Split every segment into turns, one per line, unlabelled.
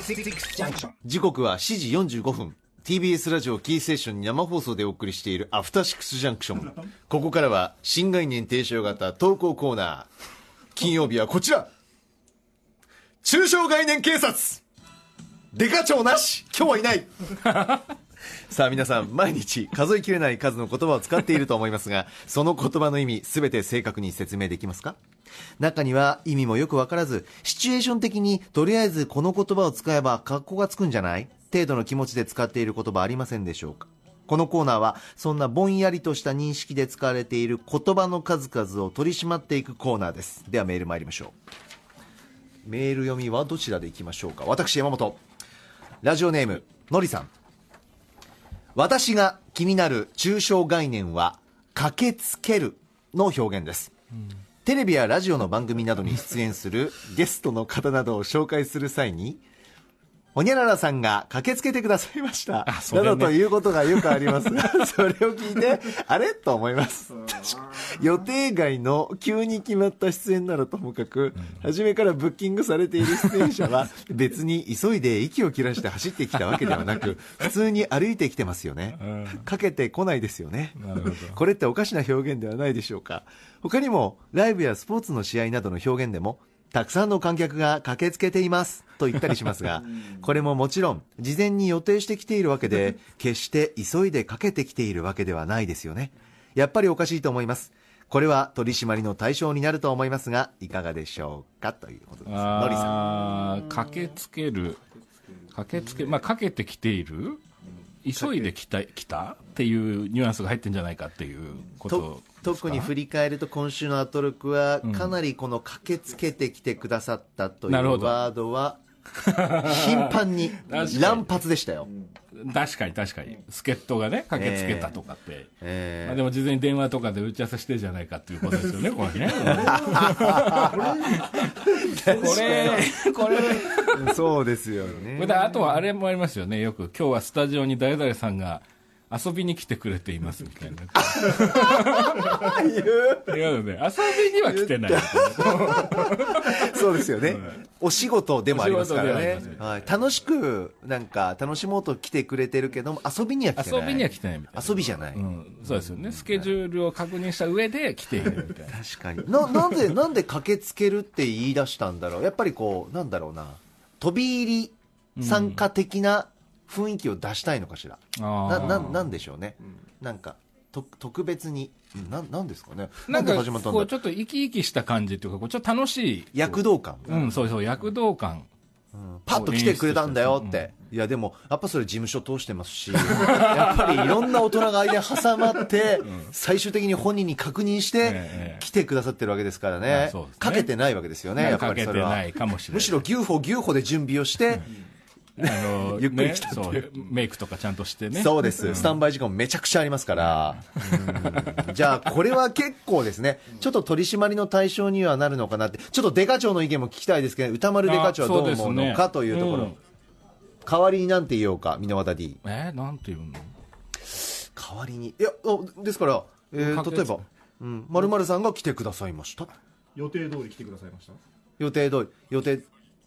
station.
時刻は7時45分 TBS ラジオキーステーションに生放送でお送りしているアフターシックスジャンクションここからは新概念提唱型投稿コーナー金曜日はこちら中小概念警察デカ長なし今日はいないさあ皆さん毎日数えきれない数の言葉を使っていると思いますが その言葉の意味全て正確に説明できますか中には意味もよくわからずシチュエーション的にとりあえずこの言葉を使えば格好がつくんじゃない程度の気持ちで使っている言葉ありませんでしょうかこのコーナーはそんなぼんやりとした認識で使われている言葉の数々を取り締まっていくコーナーですではメール参りましょうメール読みはどちらでいきましょうか私山本ラジオネームのりさん私が気になる抽象概念は「駆けつける」の表現です、テレビやラジオの番組などに出演するゲストの方などを紹介する際にほにゃららさんが駆けつけてくださいました、
そ
な
れね
どということがよくあり ますがそれを聞いてあれと思います確か予定外の急に決まった出演ならともかく、初めからブッキングされている出演者 は別に急いで息を切らして走ってきたわけではな く普通に歩いてきてますよね、かけてこないですよね
なるほど
これっておかしな表現ではないでしょうか他にもライブやスポーツの試合などの表現でもたくさんの観客が駆けつけていますと言ったりします がこれももちろん事前に予定してきているわけ で決して急いでかけてきているわけではないですよねやっぱりおかしいと思いますこれは取り締まりの対象になると思いますがいかがでしょうかということですのりさん
あー駆けつける駆けつけるまあかけてきている急いで来た来たっていうニュアンスが入ってんじゃないかっていうこと
と特に振り返ると今週のアトロクはかなりこの駆けつけてきてくださったという
なるほど
ワード は頻繁に
かに
乱発でしたよ、
確かに確かに助っ人がね駆けつけたとかって、
え
まあ、でも事前に電話とかで打ち合わせしてるじゃないかっていうことですよ ね、これね。これ、これ、
ーそうですよ
これ
ね
であとはあれもありますよね、よく、今日はスタジオに誰々さんが遊びに来てくれていますみた いな。いやね、遊びには来てない。
そうですよね、お仕事でもありますから
お仕事では
ね
あります、
はい、楽しくなんか楽しもうと来てくれてるけども遊びには来てない
遊びには来てないみたいな
遊びじゃない、
うん、そうですよね、スケジュールを確認した上で来ているみたいな。
確かにななんで なんで駆けつけるって言い出したんだろうやっぱりこうなんだろうな飛び入り参加的な雰囲気を出したいのかしら、なななんでしょうね、なんかと特別にななんですかね
な
なんん
か
で始まったん
こう
だ
ちょっと生き生きした感じっていうか、こうちょっと楽しい。
躍動感、
うん、そうそう、躍動感。
パッと来てくれたんだよって、いやでもやっぱそれ事務所通してますし やっぱりいろんな大人が間に挟まって、最終的に本人に確認し
ええ
て来てくださってるわけですからね,、
あそうですね
かけてないわけですよねやっぱ
か
り
け
そ
て
れは
ないかもしれない。
むしろ牛歩牛歩で準備をして、
あの
ゆっくり来たっていう
ねそうメイクとかちゃんとしてね。
そうです、スタンバイ時間もめちゃくちゃありますから、うんじゃあ、これは結構ですね、ちょっと取り締まりの対象にはなるのかなって、ちょっとデカ長の意見も聞きたいですけど、歌丸デカ長はどう思うのかというところ、
あそうですね
代わりになんて言おうか、箕輪田 D、
えーなんていうの
代わりに、いや、あですから、えー
確
例え
率
ば、うん、まるさんが来てくださいました、
予定通り来てくださいました
予定通り、予定、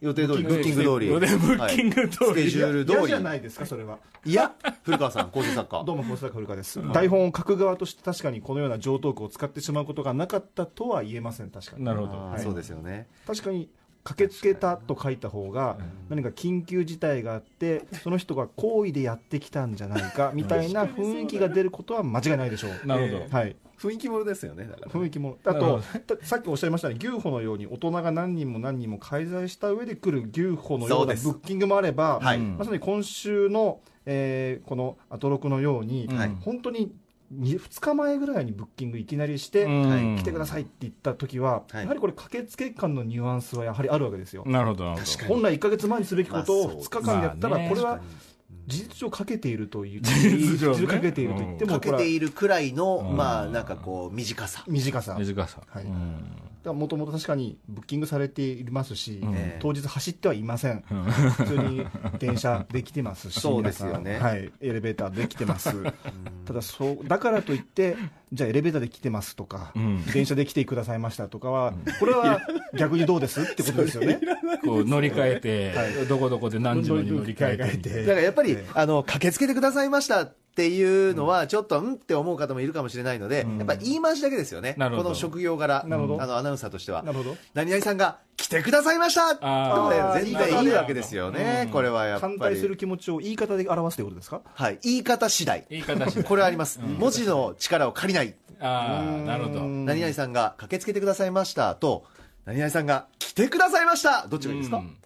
予定通り、ブッキング通り、
ブッキング
は
通
いスケ
り。
ジュール通
嫌
り
じゃ、ないですかそれはい
や、古川さん、構成作 家
ど。うも保坂古川です、台本を書く側として確かにこのような常套句を使ってしまうことがなかったとは言えません確かに
なるほど。
あ
は
ー
い
そうですよね。
確かに駆けつけたと書いた方が何か緊急事態があってその人が好意でやってきたんじゃないかみたいな雰囲気が出ることは間違いないでしょう
なるほど。
はい
雰囲気ものですよね。だから
雰囲気もあとたさっきおっしゃいましたね牛歩のように大人が何人も何人も介在した上で来る牛歩のよ
そう
うな
で
ブ
す
ッキングもあれば、
はい
まさに今週の、えーこのアトロクのように、
はい
本当に 2, 日前ぐらいにブッキングいきなりして、
うん
来てくださいって言った時は、
はい
やはりこれ駆けつけ感のニュアンスはやはりあるわけですよ、
なるほど、なるほ
本来1か月前にすべきこと
まあそう
を2日間やったら、
まあね
これは
確かに
事実上かけているという
実上ね
事実かけていると言っても
か
こ
け
れは
ているくらいの、
うん
まあなんかこう短さ
短さ
ど。短さ。
はい
うん
らもともと確かにブッキングされていますし、
うん
ええ
当日走ってはいません、
ん
普通に電車できてますし、
そうですよ
皆
ね
さんはい、エレベーターできてます、ただそう、だからといって、じゃあエレベーターで来てますとか、
うん
電車で来てくださいましたとかは、これは逆にどうですってことですよね。
こう乗り換えて、どこどこで何時までに乗り換えてみたいな
だからやっぱり、
え
あの駆けつけてくださいましたっていうのは、ちょっとうんって思う方もいるかもしれないので、やっぱ言い回しだけですよね、こ
なるほど
の職業柄、あ
なるほど
のアナウンサーとしては
な。るほど
何々さんが来てくださいましたってことで
あー
全然いいわけですよね、これはやっぱり。
反対する気持ちを言い方で表すということですか
はい、言い方次第。
言い方し
これはあります。文字の力を借りない。
ああなるほど
うん
何々さんが駆けつけてくださいましたと、何々さんが来てくださいましたどっちがいいですか、
うん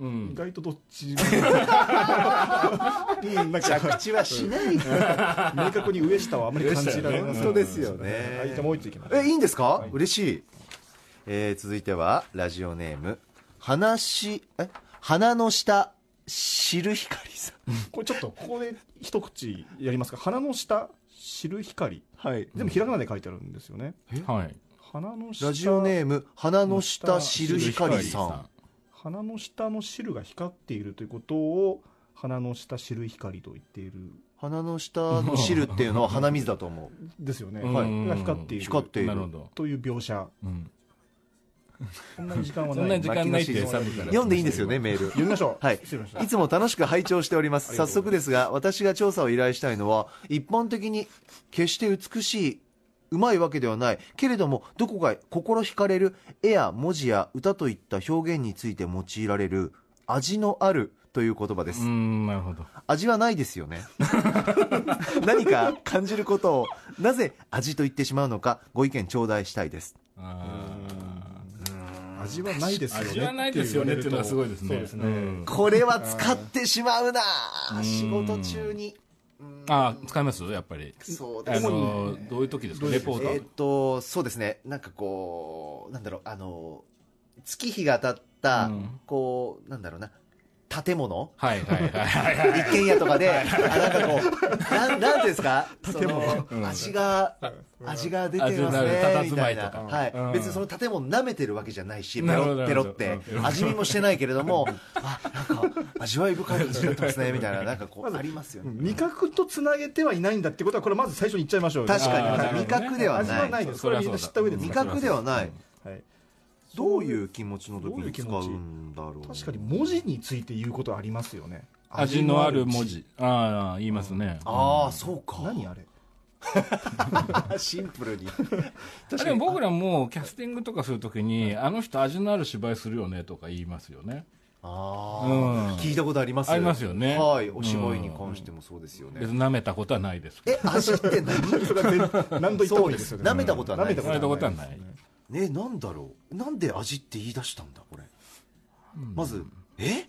う
意
ん
外とどっち も うんなんか
着地はしない。
明確に上下はあまり感じられません
本当ですよね
はいじゃあもう一ついきます
え、いいんですか、嬉しい。えー続いては、ラジオネーム、鼻し、え鼻の下、知る光さん。
これちょっとここで一口やりますか鼻の下知る光
はい。
全部ひらがなで書いてあるんですよね
はい
鼻の下
ラジオネーム、鼻の下、知
知
る
る
光さん。
鼻の下の汁が光っているということを鼻の下知る光と言っている
鼻の下の汁っていうのは鼻水だと思う。
ですよね、
はい
が光っている
光ってい
なるほ
る。
ど
という描写
うん
そんなに時間は
そん
な
ない時間ないってサブから
読んでいいんですよね、メール。
読みましょう
はい
失礼しました
いつも楽しく拝聴しております。
ありが
早
とう
速
ございます
ですが、私が調査を依頼したいのは、一般的に決して美しい、うまいわけではない、けれども、どこか心惹かれる絵や文字や歌といった表現について用いられる、味のあるという言葉で
う
す。
んなるほど
味はないですよ ね。何か感じることを、なぜ味と言ってしまうのか、ご意見頂戴したいです。
あ
味はないですよね
味はないですよねっていうのはすごいですね
そうですね、
うん
これは使ってしまうな仕事中に。
ーあー使いますやっぱり
そうで
あ
すね。
のーどういう時ですかレポ
え
ー
ーっとそうですねなんかこうなんだろうあの月日が経った、
うん
こうなんだろうな建物
トはいはいはいはい
一軒家とかで、あなんかこう、なん、なんていうんですか、建物、
うん
味が、味が出て
味の
ます
ある
ね、み
佇
た
ま
い
いと
な。
か
はい、
うん
別にその建物舐めてるわけじゃないし、ペ
なるほ
ロ
ど
ペロって
なるほ、ど
味見もしてないけれども、あ、なんか、味わい深い感じになってますね、みたいな、なんかこう、ありますよね。
味覚とつなげてはいないんだってことはこれまず最初に言っちゃいましょうよ
確かに
あーなるほど
味
ね
覚では
味
な。
はいないですこ
そり
れ
ゃ
みん
そう
な
だ
知った上で
味覚ではない。
はい、
どういう気持ちの時に使
どういう気
う
持ち
んだろう。
確かに文字について言うことありますよね
味のある文
字
字ああ言いますね
ああ、そうか。
何あれ
シンプルに。
確かに僕らもキャスティングとかするときに、あの人味のある芝居するよねとか言いますよね。
あ
うん
あ、聞いたことあります
ありますよね
はい、お芝居に関してもそうですよね
別。に舐めたことはないですけど。
え、味って何
それは全何度言った方がいいですよね
舐めたことはない
舐
舐めたことはない。
ね、なんだろう。なんで味って言い出したんだ、これ。まず、え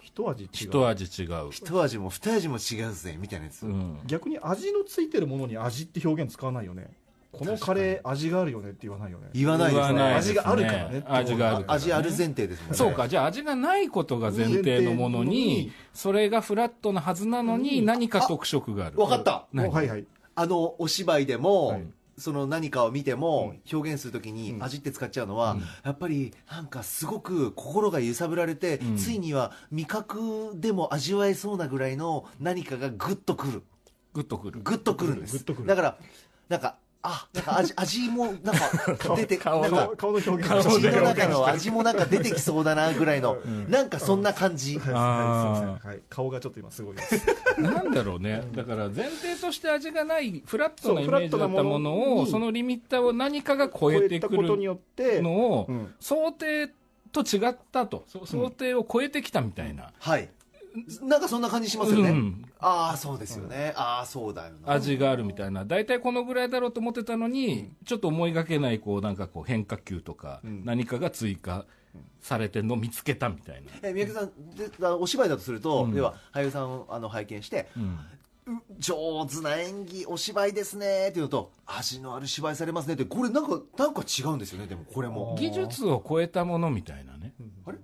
一味違う
一味違う。
一味も二味も違うぜ、みたいなやつ
う。ん。
逆に味のついてるものに味って表現使わないよねこのカレー味があるよねって言わないよね
言わないです
言わな
ね。
いです
味があるからね
味があるからね
味ある前提ですもんね。
そうか、じゃあ味がないことが前提のもの
前提
に
の、
それがフラットなはずなのに、何か特色がある。
わかった。
もうはいはい
あの、お芝居で
は
も
い、
その何かを見て
う
も
ん
表現するときに
うん
味って使っちゃうのは、やっぱりなんかすごく心が揺さぶられて、
うん
ついには味覚でも味わえそうなぐらいの何かがグッとくる。
グッとくる。
グッとくるんで
グ
す
ッとくる
だからなんかあなんか味味もなんか出て
顔
なんか
顔の表現
顔
口
で
の中の味もなんか出てきそうだなぐらいの、なんかそんな感じ、
はいすいま
あ
せんはい顔がちょっと今すごいです
あ、なんだろうね。だから前提として味がない、フラットな
そう
イメージだったも
フラットな
の
もの
を、
に
そのリミッターを何かが超
超
え
え
て
た
く
こと
る
によって
のを
う、ん
想定と違ったと、そ想定を超えてきたみたいな、
はいなんかそんな感じしますよね、
うん
ああそうですよね、ああそうだよな
味があるみたいな、大体このぐらいだろうと思ってたのに、ちょっと思いがけないこうなんかこう変化球とか、
うん
何かが追加されてんのを見つけたみたいな。
え三宅さんであお芝居だとすると、
うん
では俳優さんをあの拝見して、
うん
う上手な演技お芝居ですねっていうのと味のある芝居されますねってこれなんかなんか違うんですよねでもこれも
技術を超えたものみたいなね。
あれ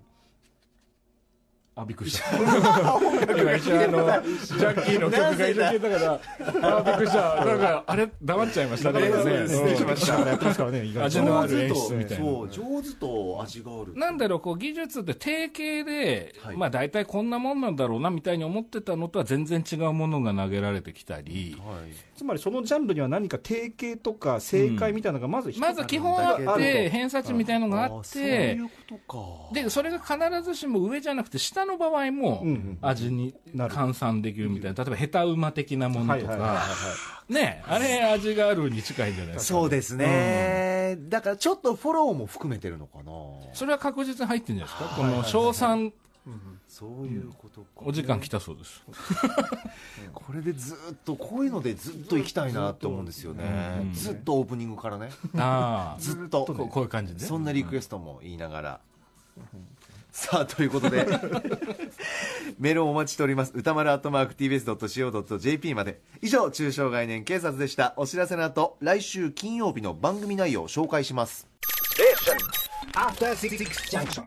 ああ、びっくりした。今一応あの、ジャッキーの曲が一応聞いたから、あ、びっくりした。なんか、あれ、黙っちゃいましたね。
黙っちゃいましたね
うん
失礼しました
だからやってますからね、意外
味のある演出みたいな
そう上手と味がある
なんだろう、こう、技術って定型で、
はい
まあ大体こんなもんなんだろうな、みたいに思ってたのとは全然違うものが投げられてきたり、
はい
つまりそのジャンルには何か定型とか正解みたいなのがまず一つ
まず基本あ
あ
っ
る
て、
と
偏差値みたいのがあっ
そうい
て、
うことか
で、それが必ずしも上じゃなくて、下の場合も
うんうん、
味に
なる
換算できるみたいな、例えば、ヘタウマ的なものと
はいはいはい
か、ね、あれ、味があるに近いんじゃないですか。
そうですね、だからちょっとフォローも含めてるのかな
それは確実に入ってるんじゃないですか。この、賞賛、
そういうことか、
お時間来たそうです。
これでずっとこういうのでずっと行きたいなって思うんですよね、
うん
ずっとオープニングからね
ああ、
ずっと
ここういう感じでね。
そんなリクエストも言いながら、さあということで メールをお待ちしております歌丸アットマーク TBS.CO.JP まで以上中小概念警察でしたお知らせの後来週金曜日の番組内容を紹介します
After Six Junction.